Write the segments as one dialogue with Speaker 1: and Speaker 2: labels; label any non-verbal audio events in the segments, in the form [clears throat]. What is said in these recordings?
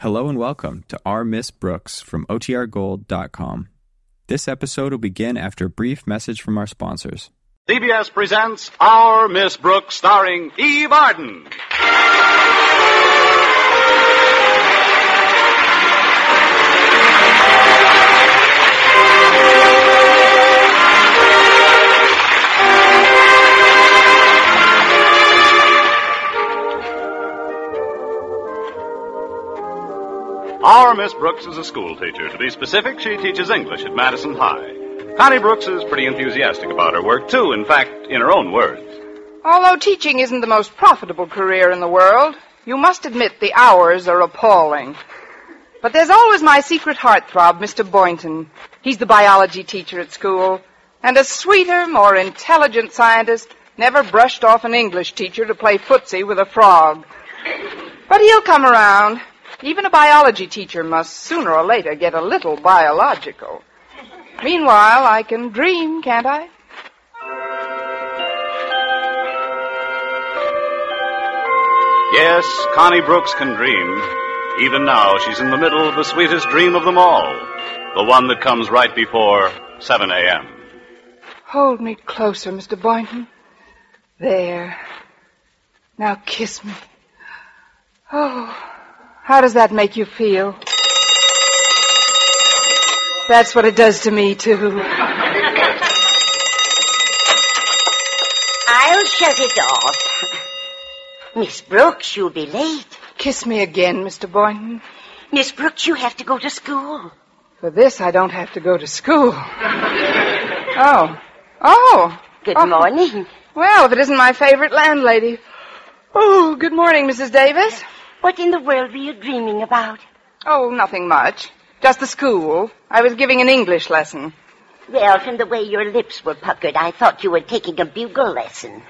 Speaker 1: Hello and welcome to Our Miss Brooks from OTRGold.com. This episode will begin after a brief message from our sponsors.
Speaker 2: CBS presents Our Miss Brooks, starring Eve Arden. Our Miss Brooks is a school teacher. To be specific, she teaches English at Madison High. Connie Brooks is pretty enthusiastic about her work, too, in fact, in her own words.
Speaker 3: Although teaching isn't the most profitable career in the world, you must admit the hours are appalling. But there's always my secret heartthrob, Mr. Boynton. He's the biology teacher at school, and a sweeter, more intelligent scientist never brushed off an English teacher to play footsie with a frog. But he'll come around. Even a biology teacher must sooner or later get a little biological. Meanwhile, I can dream, can't I?
Speaker 2: Yes, Connie Brooks can dream. Even now, she's in the middle of the sweetest dream of them all the one that comes right before 7 a.m.
Speaker 3: Hold me closer, Mr. Boynton. There. Now kiss me. Oh, how does that make you feel? That's what it does to me, too.
Speaker 4: I'll shut it off. Miss Brooks, you'll be late.
Speaker 3: Kiss me again, Mr. Boynton.
Speaker 4: Miss Brooks, you have to go to school.
Speaker 3: For this, I don't have to go to school. Oh. Oh.
Speaker 4: Good
Speaker 3: Oh.
Speaker 4: morning.
Speaker 3: Well, if it isn't my favorite landlady. Oh, good morning, Mrs. Davis.
Speaker 4: What in the world were you dreaming about?
Speaker 3: Oh, nothing much. Just the school. I was giving an English lesson.
Speaker 4: Well, from the way your lips were puckered, I thought you were taking a bugle lesson.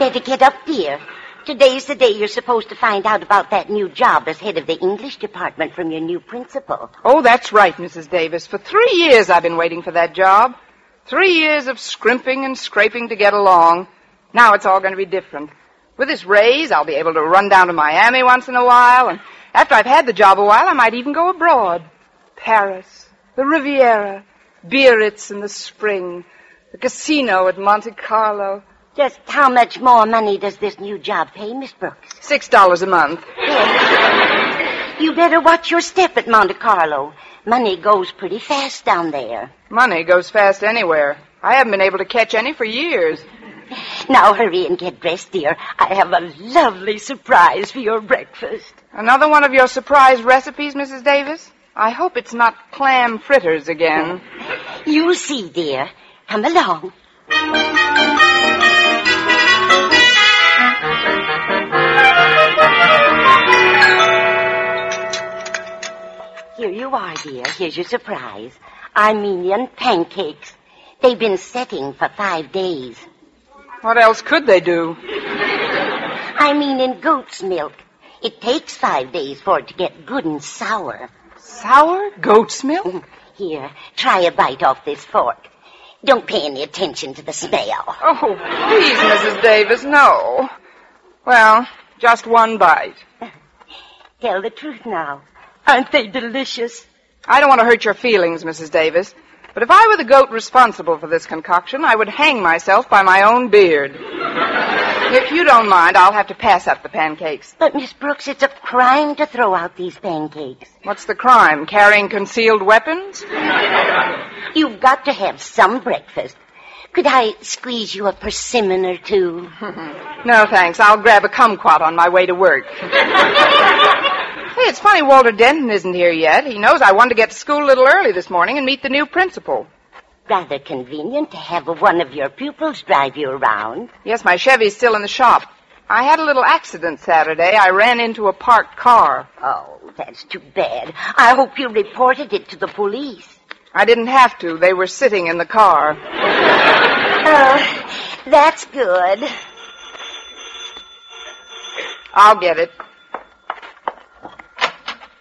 Speaker 4: Better get up, dear. Today's the day you're supposed to find out about that new job as head of the English department from your new principal.
Speaker 3: Oh, that's right, Mrs. Davis. For three years I've been waiting for that job. Three years of scrimping and scraping to get along. Now it's all going to be different. With this raise, I'll be able to run down to Miami once in a while, and after I've had the job a while, I might even go abroad. Paris, the Riviera, Biarritz in the spring, the casino at Monte Carlo.
Speaker 4: Just how much more money does this new job pay, Miss Brooks?
Speaker 3: Six dollars a month.
Speaker 4: You better watch your step at Monte Carlo. Money goes pretty fast down there.
Speaker 3: Money goes fast anywhere. I haven't been able to catch any for years.
Speaker 4: Now hurry and get dressed, dear. I have a lovely surprise for your breakfast.
Speaker 3: Another one of your surprise recipes, Mrs. Davis? I hope it's not clam fritters again.
Speaker 4: You see, dear. Come along. Here you are, dear. Here's your surprise. Armenian pancakes. They've been setting for five days.
Speaker 3: What else could they do?
Speaker 4: I mean in goat's milk. It takes five days for it to get good and sour. [laughs]
Speaker 3: Sour goat's milk?
Speaker 4: Here, try a bite off this fork. Don't pay any attention to the smell.
Speaker 3: Oh, please, Mrs. Davis, no. Well, just one bite.
Speaker 4: Tell the truth now. Aren't they delicious?
Speaker 3: I don't want to hurt your feelings, Mrs. Davis, but if I were the goat responsible for this concoction, I would hang myself by my own beard. if you don't mind, I'll have to pass up the pancakes.
Speaker 4: But, Miss Brooks, it's a crime to throw out these pancakes.
Speaker 3: What's the crime? Carrying concealed weapons?
Speaker 4: You've got to have some breakfast. Could I squeeze you a persimmon or [laughs] two?
Speaker 3: No, thanks. I'll grab a kumquat on my way to work. hey, it's funny Walter Denton isn't here yet. He knows I wanted to get to school a little early this morning and meet the new principal.
Speaker 4: Rather convenient to have one of your pupils drive you around.
Speaker 3: Yes, my Chevy's still in the shop. I had a little accident Saturday. I ran into a parked car.
Speaker 4: Oh, that's too bad. I hope you reported it to the police.
Speaker 3: I didn't have to. They were sitting in the car.
Speaker 4: Oh, that's good.
Speaker 3: I'll get it.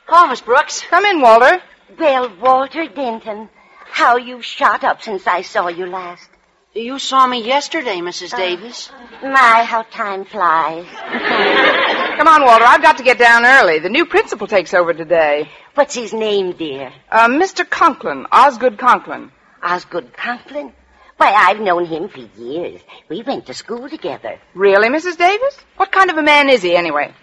Speaker 4: Oh, Miss Brooks.
Speaker 3: Come in, Walter.
Speaker 4: Well, Walter Denton, how you've shot up since I saw you last.
Speaker 5: You
Speaker 6: Uh,
Speaker 5: saw me yesterday, Mrs. Davis.
Speaker 4: My, how time flies.
Speaker 3: Come on, Walter. I've got to get down early. The new principal takes over today.
Speaker 4: What's his name, dear?
Speaker 3: Uh, Mr. Conklin, Osgood Conklin.
Speaker 4: Osgood Conklin? Why, I've known him for years. We went to school together.
Speaker 3: Really, Mrs. Davis? What kind of a man is he, anyway?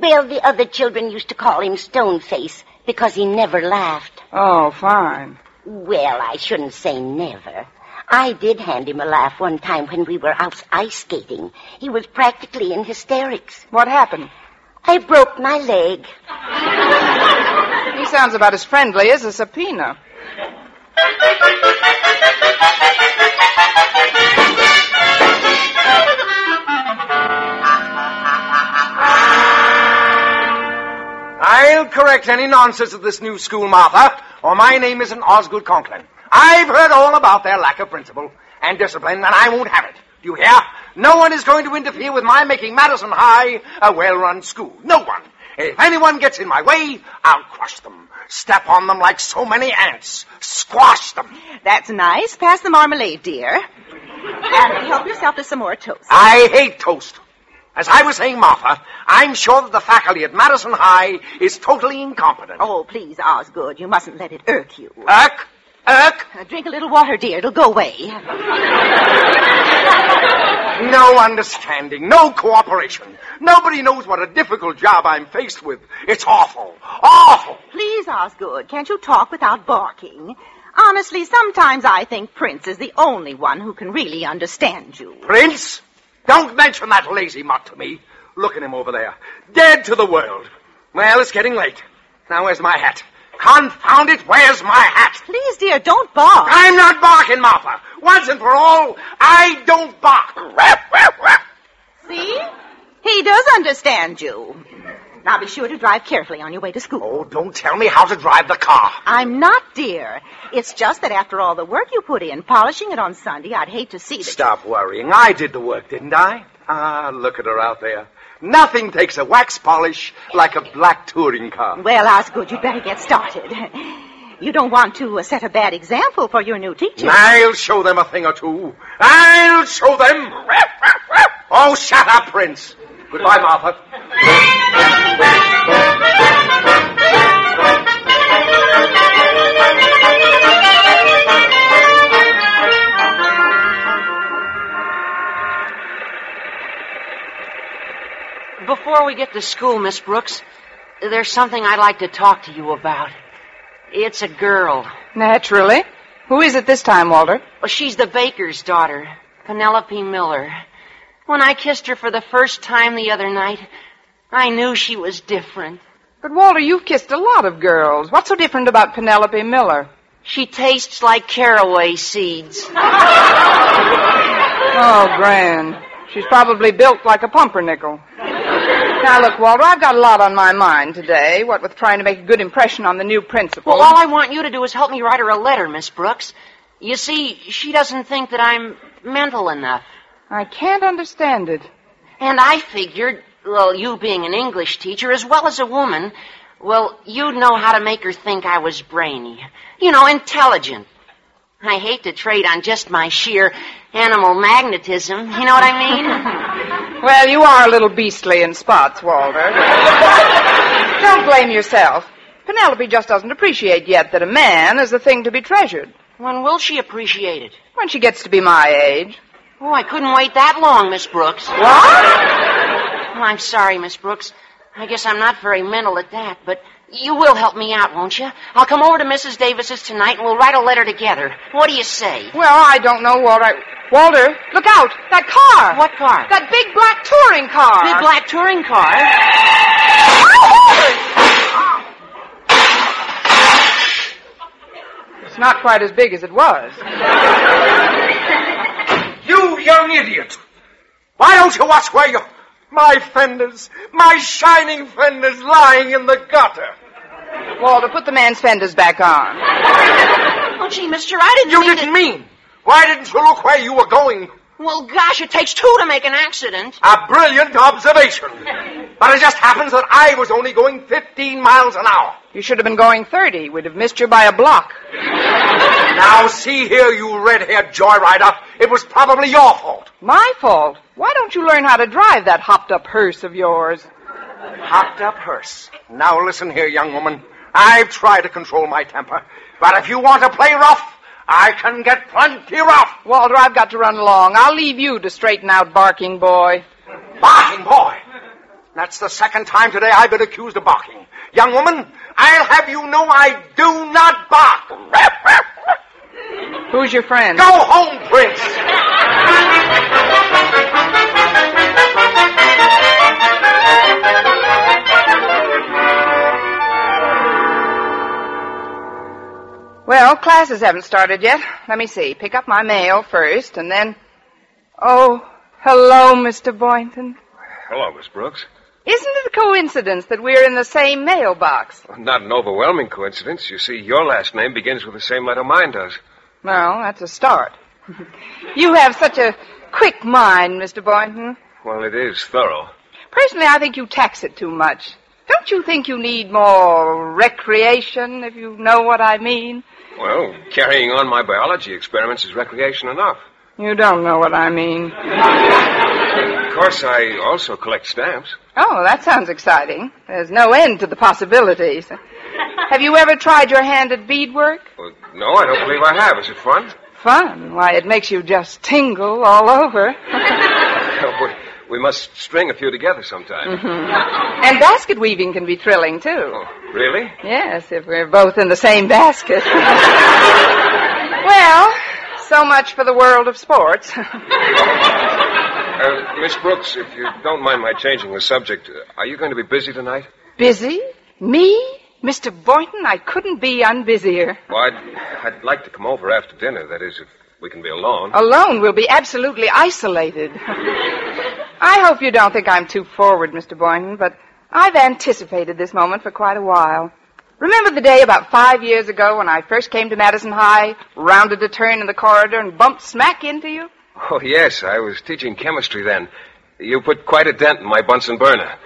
Speaker 4: Well, the other children used to call him Stoneface because he never laughed.
Speaker 3: Oh, fine.
Speaker 4: Well, I shouldn't say never. I did hand him a laugh one time when we were out ice skating. He was practically in hysterics.
Speaker 3: What happened?
Speaker 4: I broke my leg.
Speaker 3: He sounds about as friendly as a subpoena.
Speaker 5: I'll correct any nonsense of this new school, Martha, or my name isn't Osgood Conklin. I've heard all about their lack of principle and discipline, and I won't have it. Do you hear? No one is going to interfere with my making Madison High a well-run school. No one. If anyone gets in my way, I'll crush them. Step on them like so many ants. Squash them.
Speaker 6: That's nice. Pass the marmalade, dear. And help yourself to some more toast.
Speaker 5: I hate toast. As I was saying, Martha, I'm sure that the faculty at Madison High is totally incompetent.
Speaker 6: Oh, please, Osgood, you mustn't let it irk you.
Speaker 5: Irk! Irk!
Speaker 6: Uh, Drink a little water, dear. It'll go away.
Speaker 5: No understanding, no cooperation. Nobody knows what a difficult job I'm faced with. It's awful. Awful!
Speaker 6: Please, Osgood, can't you talk without barking? Honestly, sometimes I think Prince is the only one who can really understand you.
Speaker 5: Prince, don't mention that lazy mutt to me. Look at him over there. Dead to the world. Well, it's getting late. Now, where's my hat? Confound it, where's my hat?
Speaker 6: Please, dear, don't bark.
Speaker 5: I'm not barking, Martha. Once and for all, I don't bark. [laughs]
Speaker 6: See? He does understand you. Now be sure to drive carefully on your way to school.
Speaker 5: Oh, don't tell me how to drive the car.
Speaker 6: I'm not, dear. It's just that after all the work you put in, polishing it on Sunday, I'd hate to see that.
Speaker 5: Stop worrying. I did the work, didn't I? Ah, look at her out there. Nothing takes a wax polish like a black touring car.
Speaker 6: Well, Osgood, you'd better get started. You don't want to uh, set a bad example for your new teacher.
Speaker 5: I'll show them a thing or two. I'll show them. Oh, shut up, Prince. Goodbye, Martha.
Speaker 7: Before we get to school, Miss Brooks, there's something I'd like to talk to you about. It's a girl.
Speaker 3: Naturally. Who is it this time, Walter?
Speaker 7: Well, she's the baker's daughter, Penelope Miller. When I kissed her for the first time the other night, I knew she was different.
Speaker 3: But, Walter, you've kissed a lot of girls. What's so different about Penelope Miller?
Speaker 7: She tastes like caraway seeds.
Speaker 3: Oh, grand. She's probably built like a pumpernickel. Now, look, Walter, I've got a lot on my mind today, what with trying to make a good impression on the new principal.
Speaker 7: Well, all I want you to do is help me write her a letter, Miss Brooks. You see, she doesn't think that I'm mental enough.
Speaker 3: I can't understand it.
Speaker 7: And I figured, well, you being an English teacher as well as a woman, well, you'd know how to make her think I was brainy. You know, intelligent. I hate to trade on just my sheer animal magnetism. You know what [laughs] I mean?
Speaker 3: Well, you are a little beastly in spots, Walter. Don't blame yourself. Penelope just doesn't appreciate yet that a man is a thing to be treasured.
Speaker 7: when will she appreciate it?
Speaker 3: When she gets to be my age.
Speaker 7: Oh, I couldn't wait that long, Miss Brooks. Oh,
Speaker 3: What?
Speaker 7: I'm sorry, Miss Brooks. I guess I'm not very mental at that, but you will help me out, won't you? I'll come over to Mrs. Davis's tonight and we'll write a letter together. What do you say?
Speaker 3: Well, I don't know, Walter. I- Walter, look out! That car!
Speaker 7: What car?
Speaker 3: That big black touring car!
Speaker 7: Big black touring car.
Speaker 3: It's not quite as big as it was.
Speaker 5: You young idiot! Why don't you watch where you... My fenders, my shining fenders lying in the gutter.
Speaker 3: Walter, put the man's fenders back on.
Speaker 7: Oh, gee, mister, I didn't
Speaker 5: You
Speaker 7: mean
Speaker 5: didn't
Speaker 7: to-
Speaker 5: mean. Why didn't you look where you were going?
Speaker 7: Well, gosh, it takes two to make an accident.
Speaker 5: A brilliant observation. But it just happens that I was only going 15 miles an hour.
Speaker 3: You should have been going 30. We'd have missed you by a block.
Speaker 5: Now see here, you red-haired joyrider. It was probably your fault.
Speaker 3: My fault. Why don't you learn how to drive that hopped up hearse of yours?
Speaker 5: Hopped up hearse. Now listen here, young woman. I've tried to control my temper, but if you want to play rough, I can get plenty rough.
Speaker 3: Walter, I've got to run along. I'll leave you to straighten out Barking Boy.
Speaker 5: Barking boy! That's the second time today I've been accused of barking. Young woman, I'll have you know I do not bark. [laughs]
Speaker 3: Who's your friend?
Speaker 5: Go home, Prince!
Speaker 3: Well, classes haven't started yet. Let me see. Pick up my mail first, and then. Oh, hello, Mr. Boynton.
Speaker 8: Hello, Miss Brooks.
Speaker 3: Isn't it a coincidence that we're in the same mailbox?
Speaker 8: Not an overwhelming coincidence. You see, your last name begins with the same letter mine does.
Speaker 3: Well, that's a [laughs] start. you have such a quick mind, Mr. Boynton.
Speaker 8: Well, it is thorough.
Speaker 3: Personally, I think you tax it too much. Don't you think you need more recreation, if you know what I mean?
Speaker 8: Well, carrying on my biology experiments is recreation enough.
Speaker 3: You don't know what I mean.
Speaker 8: Of course, I also collect stamps.
Speaker 3: Oh, that sounds exciting. There's no end to the [laughs] possibilities. Have you ever tried your hand at beadwork?
Speaker 8: Well, no, I don't believe I have. Is it fun? [laughs]
Speaker 3: Fun. Why, it makes you just tingle all [laughs] over.
Speaker 8: We- we must string a few together sometime.
Speaker 3: And basket weaving can be thrilling, too.
Speaker 8: Oh, really?
Speaker 3: Yes, if we're both in the same basket. well, so much for the world of sports.
Speaker 8: Uh, Miss Brooks, if you don't mind my changing the subject, uh, are you going to be busy tonight?
Speaker 3: Busy? Me? Mr. Boynton, I couldn't be unbusier.
Speaker 8: Well, I'd, I'd like to come over after dinner. That is, if we can be alone.
Speaker 3: Alone, we'll be absolutely isolated. I hope you don't think I'm too forward, Mr. Boynton, but I've anticipated this moment for quite a while. Remember the day about five years ago when I first came to Madison High, rounded a turn in the corridor, and bumped smack into you?
Speaker 8: Oh, yes, I was teaching chemistry then. You put quite a dent in my Bunsen burner.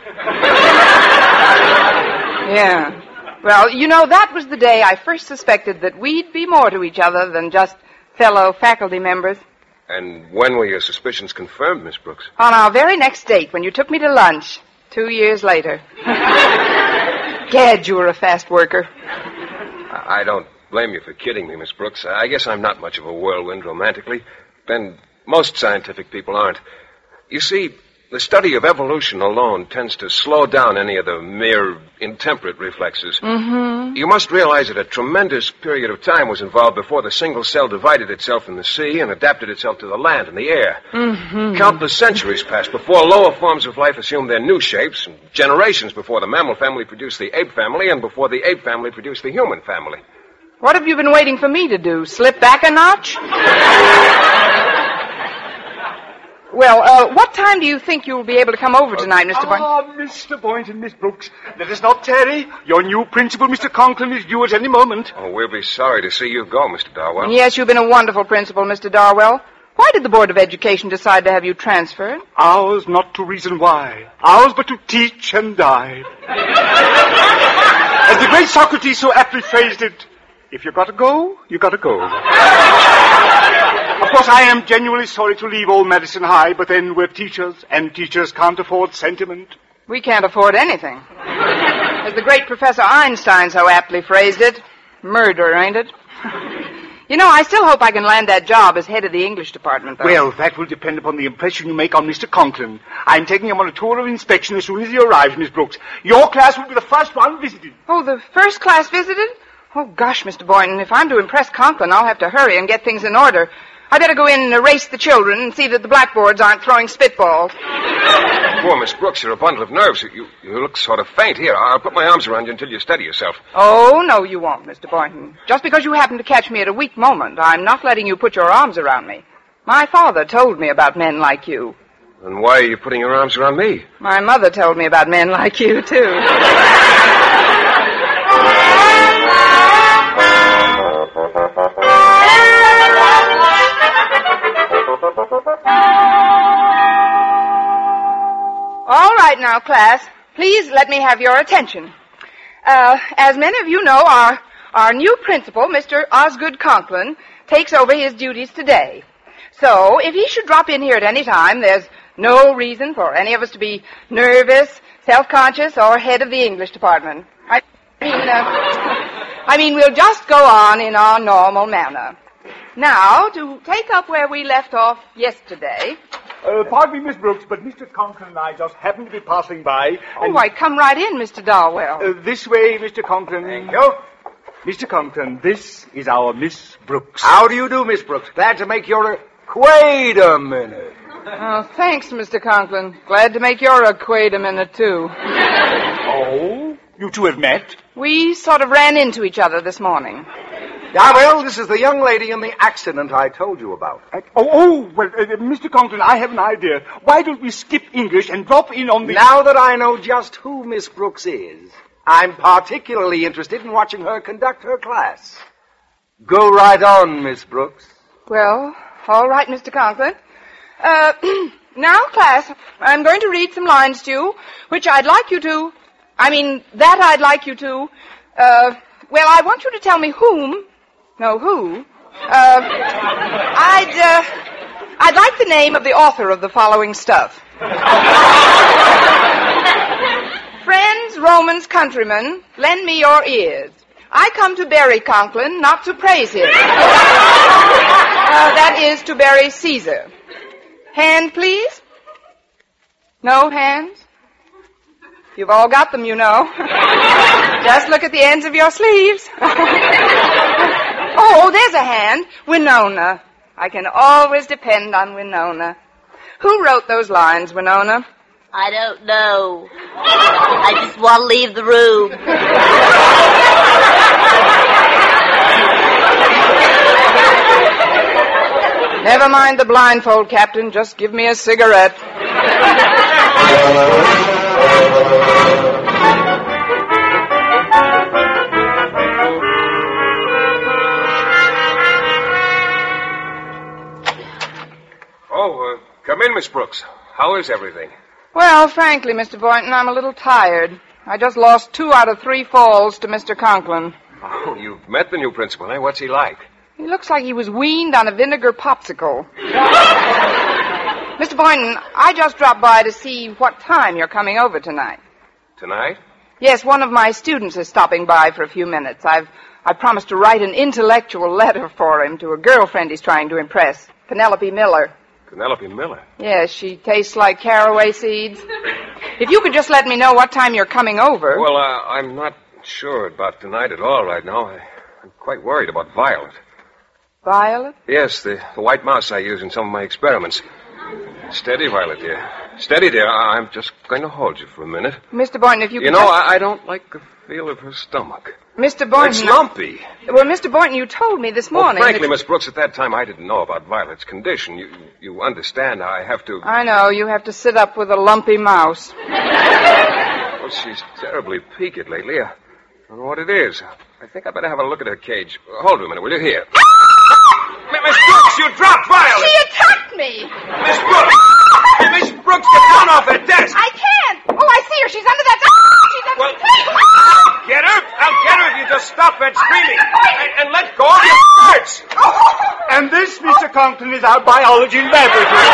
Speaker 3: Yeah. Well, you know, that was the day I first suspected that we'd be more to each other than just fellow faculty members.
Speaker 8: And when were your suspicions confirmed, Miss Brooks?
Speaker 3: On our very next date, when you took me to lunch, two years later. Gad, you were a fast worker.
Speaker 8: I I don't blame you for kidding me, Miss Brooks. I guess I'm not much of a whirlwind romantically, and most scientific people aren't. You see, the study of evolution alone tends to slow down any of the mere intemperate reflexes. Mm-hmm. You must realize that a tremendous period of time was involved before the single cell divided itself in the sea and adapted itself to the land and the air. Countless centuries passed before lower forms of life assumed their new shapes, and generations before the mammal family produced the ape family, and before the ape family produced the human family.
Speaker 3: What have you been waiting for me to do? Slip back a notch? well, uh, what time do you think you'll be able to come over tonight, Mr.
Speaker 2: Uh,
Speaker 3: Boynton?
Speaker 9: Ah, Mr. Boynton, Miss Brooks, let us not tarry. Your new principal, Mr. Conklin, is due at any moment.
Speaker 8: Oh, we'll be sorry to see you go, Mr. Darwell.
Speaker 3: Yes, you've been a wonderful principal, Mr. Darwell. Why did the Board of Education decide to have you transferred?
Speaker 9: Ours not to reason why, ours but to teach and die. As the great Socrates so aptly phrased it, if you gotta go, you gotta go. of course, I am genuinely sorry to leave old Madison High, but then we're teachers, and teachers can't afford sentiment.
Speaker 3: We can't afford anything. As the great Professor Einstein so aptly phrased it, murder, ain't it? you know, I still hope I can land that job as head of the English department, though.
Speaker 9: Well, that will depend upon the impression you make on Mr. Conklin. I'm taking him on a tour of inspection as soon as he arrives, Miss Brooks. Your class will be the first one visited.
Speaker 3: Oh, the first class visited? Oh, gosh, Mr. Boynton, if I'm to impress Conklin, I'll have to hurry and get things in order. I better go in and erase the children and see that the blackboards aren't throwing spitballs.
Speaker 8: Poor Miss Brooks, you're a bundle of nerves. You- You, you look sort of faint. Here, I'll put my arms around you until you steady yourself.
Speaker 3: Oh, no, you won't, Mr. Boynton. Just because you happen to catch me at a weak moment, I'm not letting you put your arms around me. My father told me about men like you.
Speaker 8: And why are you putting your arms around me?
Speaker 3: My mother told me about men like you, too. All right now, class. Please let me have your attention. Uh, as many of you know, our, our new principal, Mr. Osgood Conklin, takes over his duties today. So, if he should drop in here at any time, there's no reason for any of us to be nervous, self-conscious or head of the English department. I mean, uh, I mean, we'll just go on in our normal manner. Now, to take up where we left off yesterday.
Speaker 9: Uh, pardon me, Miss Brooks, but Mr. Conklin and I just happened to be passing by.
Speaker 3: Oh, why, come right in, Mr. Darwell.
Speaker 9: Uh, this way, Mr. Conklin. Thank you. Mr. Conklin, this is our Miss Brooks.
Speaker 5: How do you do, Miss Brooks? Glad to make your. uh, Wait a minute.
Speaker 3: Oh, thanks, Mr. Conklin. Glad to make your acquaintance, too.
Speaker 9: [laughs] Oh? You two have met?
Speaker 3: We sort of ran into each other this morning.
Speaker 5: Yeah, Ah, well, this is the young lady in the accident I told you about.
Speaker 9: Oh, oh well, uh, uh, Mr. Conklin, I have an idea. Why don't we skip English and drop in on the.
Speaker 5: Now that I know just who Miss Brooks is, I'm particularly interested in watching her conduct her class. Go right on, Miss Brooks.
Speaker 3: Well, all right, Mr. Conklin. Uh, [clears throat] now, class, I'm going to read some lines to you, which I'd like you to, I mean, that I'd like you to, uh, well, I want you to tell me whom, no, who, uh, I'd, uh, I'd like the name of the author of the following stuff. Friends, Romans, countrymen, lend me your ears. I come to bury Conklin, not to praise him. Uh, that is to bury Caesar. Hand, please. No hands? You've all got them, you know. [laughs] Just look at the ends of your sleeves. [laughs] oh, there's a hand. Winona. I can always depend on Winona. Who wrote those lines, Winona?
Speaker 4: I don't know. I just want to leave the room.
Speaker 3: Never mind the blindfold, Captain. Just give me a cigarette.
Speaker 8: Oh, uh, come in, Miss Brooks. How is everything?
Speaker 3: Well, frankly, Mr. Boynton, I'm a little tired. I just lost two out of three falls to Mr. Conklin.
Speaker 8: Oh, you've met the new principal, eh? What's he like?
Speaker 3: He looks like he was weaned on a vinegar
Speaker 8: [laughs]
Speaker 3: popsicle. Mr. Boynton, I just dropped by to see what time you're coming over tonight.
Speaker 8: Tonight?
Speaker 3: Yes, one of my students is stopping by for a few minutes. I've I promised to write an intellectual letter for him to a girlfriend he's trying to impress, Penelope Miller.
Speaker 8: Penelope Miller.
Speaker 3: Yes, she tastes like caraway seeds. If you could just let me know what time you're coming over.
Speaker 8: Well, uh, I'm not sure about tonight at all right now. I, I'm quite worried about Violet.
Speaker 3: Violet?
Speaker 8: Yes, the, the white mouse I use in some of my experiments. Steady, Violet, dear. Steady, dear. I- I'm just going to hold you for a minute.
Speaker 3: Mr. Boynton, if you could
Speaker 8: You know,
Speaker 3: just-
Speaker 8: I, I don't like the feel of her stomach.
Speaker 3: Mr. Boynton.
Speaker 8: It's lumpy.
Speaker 3: Well, Mr. Boynton, you told me this morning.
Speaker 8: well, frankly,
Speaker 3: that-
Speaker 8: Miss Brooks, at that time I didn't know about Violet's condition. You you understand I have to.
Speaker 3: I know, you have to sit up with a lumpy mouse.
Speaker 8: Well, she's terribly peaked lately. I don't know what it is. I think I better have a look at her cage. Hold her a minute, will you? Here. Mi- Miss Brooks, you dropped Violet.
Speaker 3: She attacked me!
Speaker 8: Miss Brooks. Hey, Miss Brooks, get down off that desk.
Speaker 3: I can't! Oh, I see her. She's under that. Ah, She's under
Speaker 8: Well-
Speaker 3: the table. Ah!
Speaker 8: Get her. I'll get her if you just stop that screaming and, and let go of your skirts.
Speaker 9: And this, Mr. Conklin, is our biology laboratory.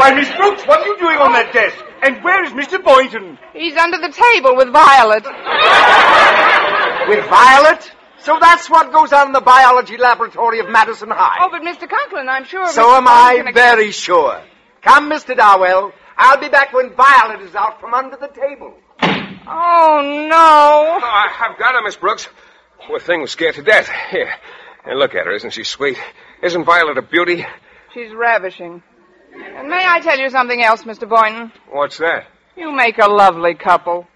Speaker 9: Why, Miss Brooks, what are you doing on that desk? And where is Mr. Boynton?
Speaker 3: He's under the table with Violet.
Speaker 5: With Violet? So that's what goes on in the biology laboratory of Madison High.
Speaker 3: Oh, but Mr. Conklin, I'm sure.
Speaker 5: so
Speaker 3: Mr.
Speaker 5: am I
Speaker 3: Conklin-
Speaker 5: very sure. Come, Mr. Darwell. I'll be back when Violet is out from under the table.
Speaker 3: Oh no!
Speaker 8: Oh, I, I've got her, Miss Brooks. Poor thing was scared to death. Here. And look at her. Isn't she sweet? Isn't Violet a beauty?
Speaker 3: She's ravishing. And may I tell you something else, Mr. Boynton?
Speaker 8: What's that?
Speaker 3: You make a lovely couple.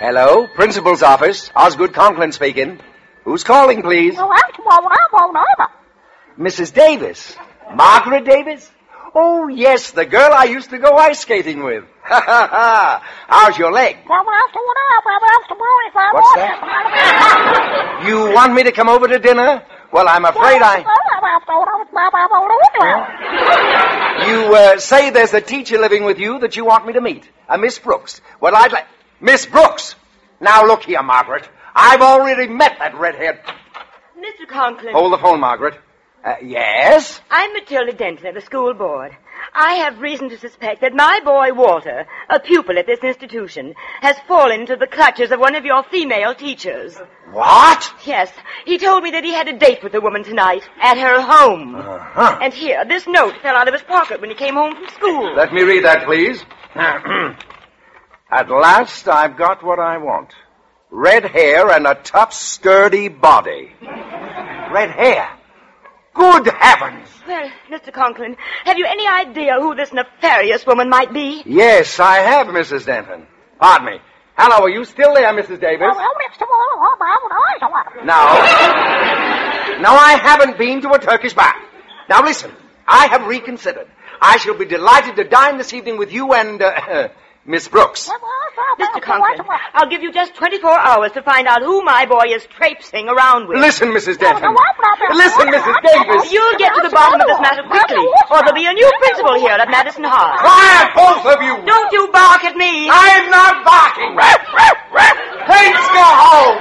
Speaker 5: Hello, principal's office. Osgood Conklin speaking. Who's calling, please?
Speaker 3: Oh.
Speaker 6: Well, that's what I want over.
Speaker 5: Mrs. Davis. Margaret Davis? Oh, yes, the girl I used to go ice skating with. [laughs] Ha ha ha. How's your leg?
Speaker 6: Well, that's what I want over.
Speaker 5: What's that? You want me to come over to dinner? Well, I'm afraid I.
Speaker 6: Well,
Speaker 5: You uh, say there's a teacher living with you that you want me to meet, a Miss Brooks. Well, I'd like. Miss Brooks! Now look here, Margaret. I've already met that redhead.
Speaker 10: Mr. Conklin.
Speaker 5: Hold the phone, Margaret. Uh, yes?
Speaker 10: I'm Matilda Denton of the school board. I have reason to suspect that my boy Walter, a pupil at this institution, has fallen into the clutches of one of your female teachers.
Speaker 5: What?
Speaker 10: Yes. He told me that he had a date with a woman tonight at her home.
Speaker 5: Uh-huh.
Speaker 10: And here, this note fell out of his pocket when he came home from school.
Speaker 5: Let me read that, please. [clears throat] At last, I've got what I want red hair and a tough, sturdy body. Red hair? Good heavens!
Speaker 10: Well, Mr. Conklin, have you any idea who this nefarious woman might be?
Speaker 5: Yes, I have, Mrs. Denton. Pardon me. Hello, are you still there, Mrs. Davis? No. No, I haven't been to a Turkish bath. Now listen, I have reconsidered. I shall be delighted to dine this evening with you and uh, [laughs] Miss Brooks.
Speaker 10: Mr. Conklin, I'll give you just 24 hours to find out who my boy is traipsing around with.
Speaker 5: Listen, Mrs. Denton. Listen, Mrs. Davis.
Speaker 10: You'll get to the bottom of this matter quickly, or there'll be a new principal here at Madison High.
Speaker 5: Quiet, both of you.
Speaker 10: Don't you bark at me.
Speaker 5: I'm not barking. Ruff, ruff, ruff. Let's go home.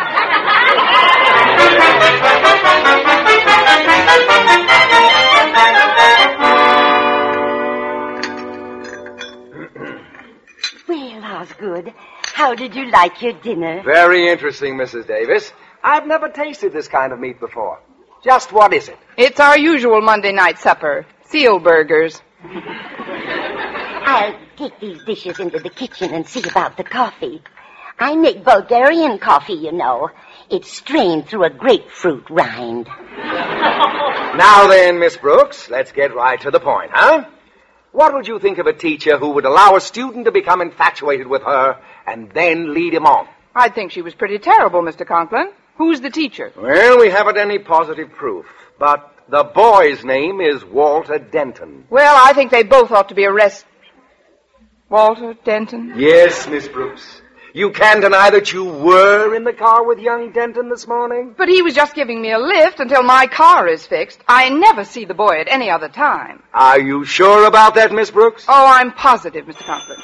Speaker 4: Well, Osgood, how did you like your dinner?
Speaker 5: Very interesting, Mrs. Davis. I've never tasted this kind of meat before. Just what is it?
Speaker 3: It's our usual Monday night supper seal burgers.
Speaker 4: I'll take these dishes into the kitchen and see about the coffee. I make Bulgarian coffee, you know. It's strained through a grapefruit rind.
Speaker 5: Now then, Miss Brooks, let's get right to the point, huh? What would you think of a teacher who would allow a student to become infatuated with her and then lead him on?
Speaker 3: I think she was pretty terrible, Mr. Conklin. Who's the teacher?
Speaker 5: Well, we haven't any positive proof, but the boy's name is Walter Denton.
Speaker 3: Well, I think they both ought to be arrested. Walter Denton?
Speaker 5: Yes, Miss Brooks. You can deny that you were in the car with young Denton this morning?
Speaker 3: But he was just giving me a lift until my car is fixed. I never see the boy at any other time.
Speaker 5: Are you sure about that, Miss Brooks?
Speaker 3: Oh, I'm positive, Mr. Conklin.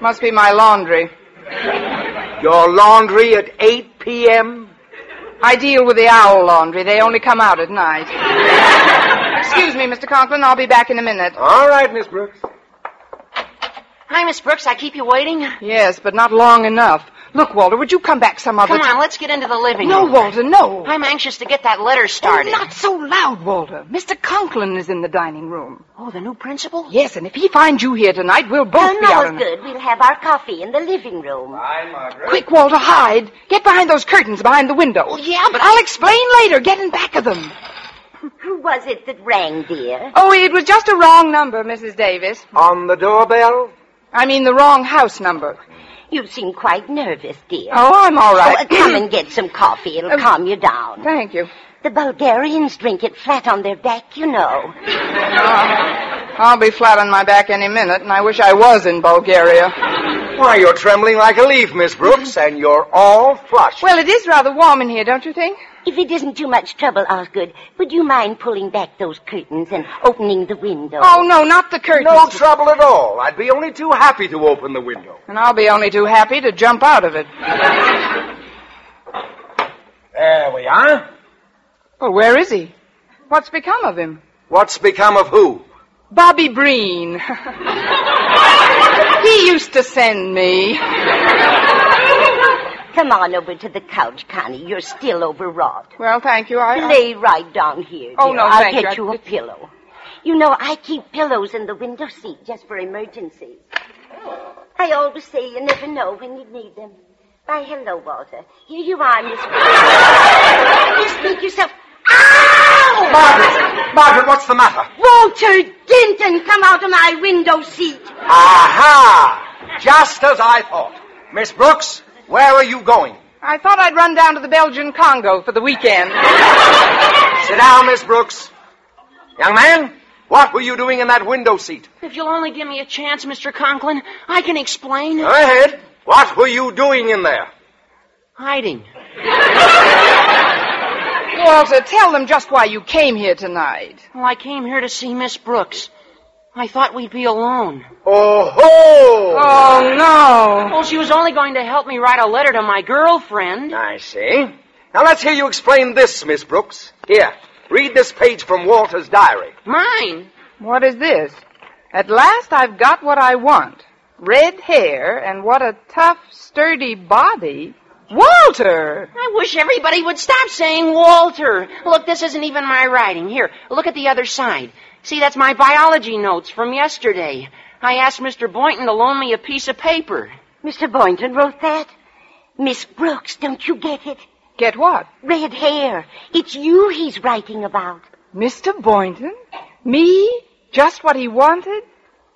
Speaker 3: Must be my laundry.
Speaker 5: Your laundry at 8 p.m.?
Speaker 3: I deal with the owl laundry. They only come out at night. [laughs] Excuse me, Mr. Conklin. I'll be back in a minute.
Speaker 5: All right, Miss Brooks.
Speaker 7: Hi, Miss Brooks. I keep you waiting.
Speaker 3: Yes, but not long enough. Look, Walter, would you come back some other
Speaker 7: Come on, let's get into the living
Speaker 3: time? No,
Speaker 7: room.
Speaker 3: Walter, no.
Speaker 7: I'm anxious to get that letter started.
Speaker 4: Oh,
Speaker 3: Not so loud, Walter. Mr. Conklin is in the dining room.
Speaker 7: Oh, the new principal?
Speaker 3: Yes, and if he finds you here tonight, we'll both
Speaker 4: no,
Speaker 3: be out.
Speaker 4: no,
Speaker 3: on-
Speaker 4: it's good. We'll have our coffee in the living room.
Speaker 5: Hi, Margaret.
Speaker 3: Quick, Walter, hide. Get behind those curtains behind the window. Oh, yeah, but I'll explain later. Get in back of them.
Speaker 4: Who was it that rang, dear?
Speaker 3: Oh, it was just a wrong number, Mrs. Davis.
Speaker 5: On the doorbell?
Speaker 3: I mean, the wrong house number.
Speaker 4: You seem quite nervous, dear.
Speaker 3: Oh, I'm all
Speaker 4: Oh,
Speaker 3: right.
Speaker 4: uh, come and get some coffee.
Speaker 7: Oh.
Speaker 4: It'll calm you down.
Speaker 3: [clears throat] Thank you.
Speaker 4: The Bulgarians drink it flat on their back, you know.
Speaker 3: I'll be flat on my back any minute, and I wish I was in Bulgaria.
Speaker 5: Why, you're trembling like a leaf, Miss Brooks, and you're all flushed.
Speaker 3: Well, it is rather warm in here, don't you think?
Speaker 4: If it isn't too much trouble, Osgood, would you mind pulling back those curtains and opening the window?
Speaker 3: Oh, no, not the curtains.
Speaker 5: no trouble at all. I'd be only too happy to open the window.
Speaker 3: And I'll be only too happy to jump out of it.
Speaker 5: There we are.
Speaker 3: Well, Oh, where is he? What's become of him?
Speaker 5: What's become of who?
Speaker 3: Bobby Breen. [laughs] he used to send me.
Speaker 4: [laughs] Come on over to the couch, Connie. You're still overwrought.
Speaker 3: Well, thank you. I, I-
Speaker 4: Lay right down here.
Speaker 3: Uh. Oh,
Speaker 4: dear.
Speaker 3: no,
Speaker 4: I'll
Speaker 3: thank you.
Speaker 4: get
Speaker 3: I-
Speaker 4: you a pillow. You know, I keep pillows in the window seat just for emergencies. I always say you never know when you need them. Why, hello, Walter. Here you are, Miss Brooks. Just
Speaker 3: [laughs]
Speaker 4: think yourself. Ow!
Speaker 5: Margaret! Margaret, what's the matter?
Speaker 4: Walter Denton, come out of my window seat.
Speaker 5: Aha! Just as I thought. Miss Brooks, where are you going?
Speaker 3: I thought I'd run down to the Belgian Congo for the weekend.
Speaker 5: Sit down, Miss Brooks. Young man, what were you doing in that window seat?
Speaker 7: If you'll only give me a chance, Mr. Conklin, I can explain.
Speaker 5: Go ahead. What were you doing in there?
Speaker 7: Hiding.
Speaker 3: Walter, tell them just why you came here tonight.
Speaker 7: Well, I came here to see Miss Brooks. I thought we'd be alone.
Speaker 5: Oh ho!
Speaker 3: Oh, no.
Speaker 7: Well, she was only going to help me write a letter to my girlfriend.
Speaker 5: I see. Now let's hear you explain this, Miss Brooks. Here, read this page from Walter's diary.
Speaker 7: Mine.
Speaker 3: What is this? At last I've got what I want. Red hair and what a tough, sturdy body. Walter!
Speaker 7: I wish everybody would stop saying Walter. Look, this isn't even my writing. Here, look at the other side. See, that's my biology notes from yesterday. I asked Mr. Boynton to loan me a piece of paper.
Speaker 4: Mr. Boynton wrote that. Miss Brooks, don't you get it?
Speaker 3: Get what?
Speaker 4: Red hair. It's you he's writing about.
Speaker 3: Mr. Boynton? Me? Just what he wanted?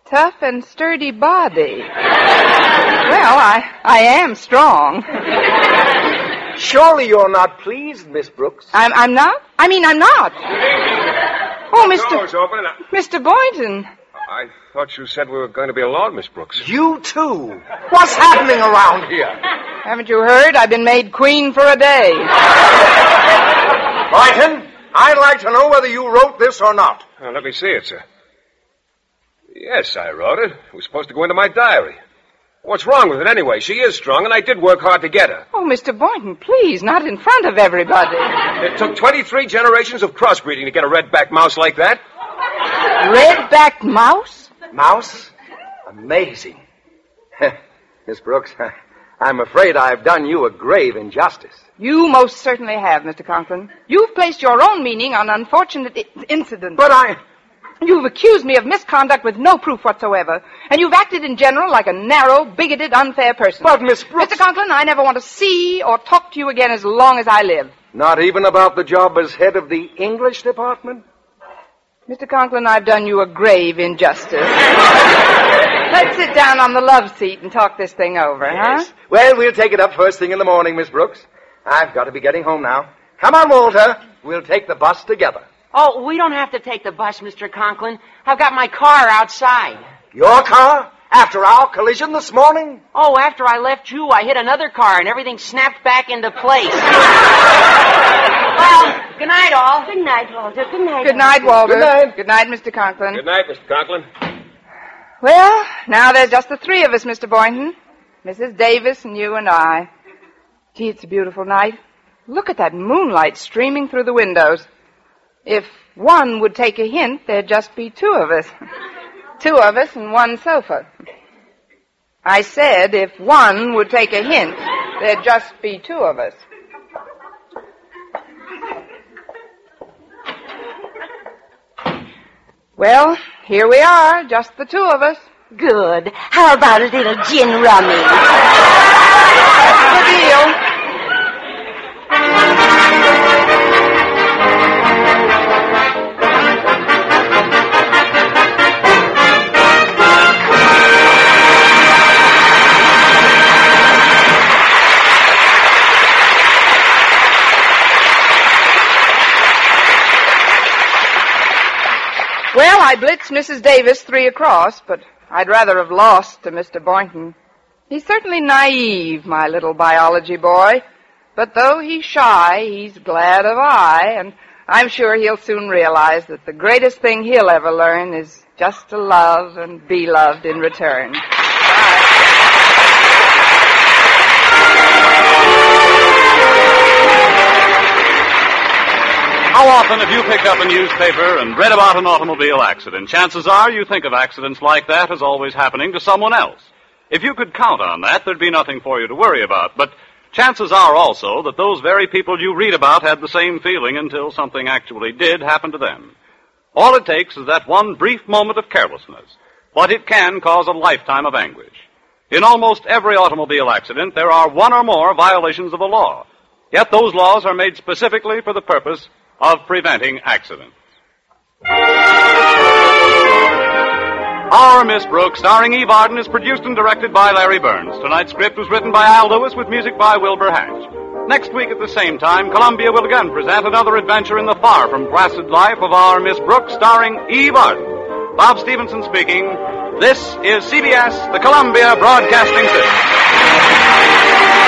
Speaker 3: Tough and sturdy body. well, I, I am strong.
Speaker 5: Surely you're not pleased, Miss Brooks.
Speaker 3: I'm, I'm not? I mean, I'm not. Oh, Mr.
Speaker 8: Door's open, and I,
Speaker 3: Mr. Boynton.
Speaker 8: I thought you said we were going to be alone, Miss Brooks.
Speaker 5: You too. What's happening around here?
Speaker 3: Haven't you heard? I've been made queen for a day.
Speaker 5: Boynton, I'd like to know whether you wrote this or not.
Speaker 8: Now, let me see it, sir. Yes, I wrote it. It was supposed to go into my diary. What's wrong with it anyway? She is strong, and I did work hard to get her.
Speaker 3: Oh, Mr. Boynton, please, not in front of everybody.
Speaker 8: It took 23 generations of crossbreeding to get a red-backed mouse like that.
Speaker 3: Red backed mouse?
Speaker 5: Mouse? Amazing. [laughs] Miss Brooks, [laughs] I'm afraid I've done you a grave injustice.
Speaker 3: You most certainly have, Mr. Conklin. You've placed your own meaning on unfortunate I- incidents.
Speaker 5: But I.
Speaker 3: You've accused me of misconduct with no proof whatsoever, and you've acted in general like a narrow, bigoted, unfair person.
Speaker 5: But, Miss Brooks.
Speaker 3: Mr. Conklin, I never want to see or talk to you again as long as I live.
Speaker 5: Not even about the job as head of the English department?
Speaker 3: Mr. Conklin, I've done you a grave injustice. [laughs] Let's sit down on the love seat and talk this thing over, huh?
Speaker 5: Well, we'll take it up first thing in the morning, Miss Brooks. I've got to be getting home now. Come on, Walter. We'll take the bus together.
Speaker 7: Oh, we don't have to take the bus, Mr. Conklin. I've got my car outside.
Speaker 5: Your car? After our collision this morning?
Speaker 7: Oh, after I left you, I hit another car and everything snapped back into place.
Speaker 4: [laughs]
Speaker 7: well, good night, all.
Speaker 4: Good night, Walter. Good night.
Speaker 3: Good night, Walter. Good night. Good night, Mr. Conklin.
Speaker 8: Good night, Mr. Conklin.
Speaker 3: Well, now there's just the three of us, Mr. Boynton. Mrs. Davis and you and I. Gee, it's a beautiful night. Look at that moonlight streaming through the windows. If one would take a hint, there'd just be two of us. [laughs] two of us and one sofa. I said if one would take a hint, there'd just be two of us. Well, here we are, just the two of us.
Speaker 4: Good. How about a little gin rummy?
Speaker 3: The deal. Well, I blitzed Mrs. Davis three across, but I'd rather have lost to Mr. Boynton. He's certainly naive, my little biology boy. But though he's shy, he's glad of I, and I'm sure he'll soon realize that the greatest thing he'll ever learn is just to love and be loved in return.
Speaker 2: How often have you picked up a newspaper and read about an automobile accident? Chances are you think of accidents like that as always happening to someone else. If you could count on that, there'd be nothing for you to worry about. But chances are also that those very people you read about had the same feeling until something actually did happen to them. All it takes is that one brief moment of carelessness, but it can cause a lifetime of anguish. In almost every automobile accident, there are one or more violations of a law. Yet those laws are made specifically for the purpose of preventing accidents. Our Miss Brooks, starring Eve Arden, is produced and directed by Larry Burns. Tonight's script was written by Al Lewis with music by Wilbur Hatch. Next week at the same time, Columbia will again present another adventure in the far from placid life of our Miss Brooks, starring Eve Arden. Bob Stevenson speaking. This is CBS, the Columbia Broadcasting System.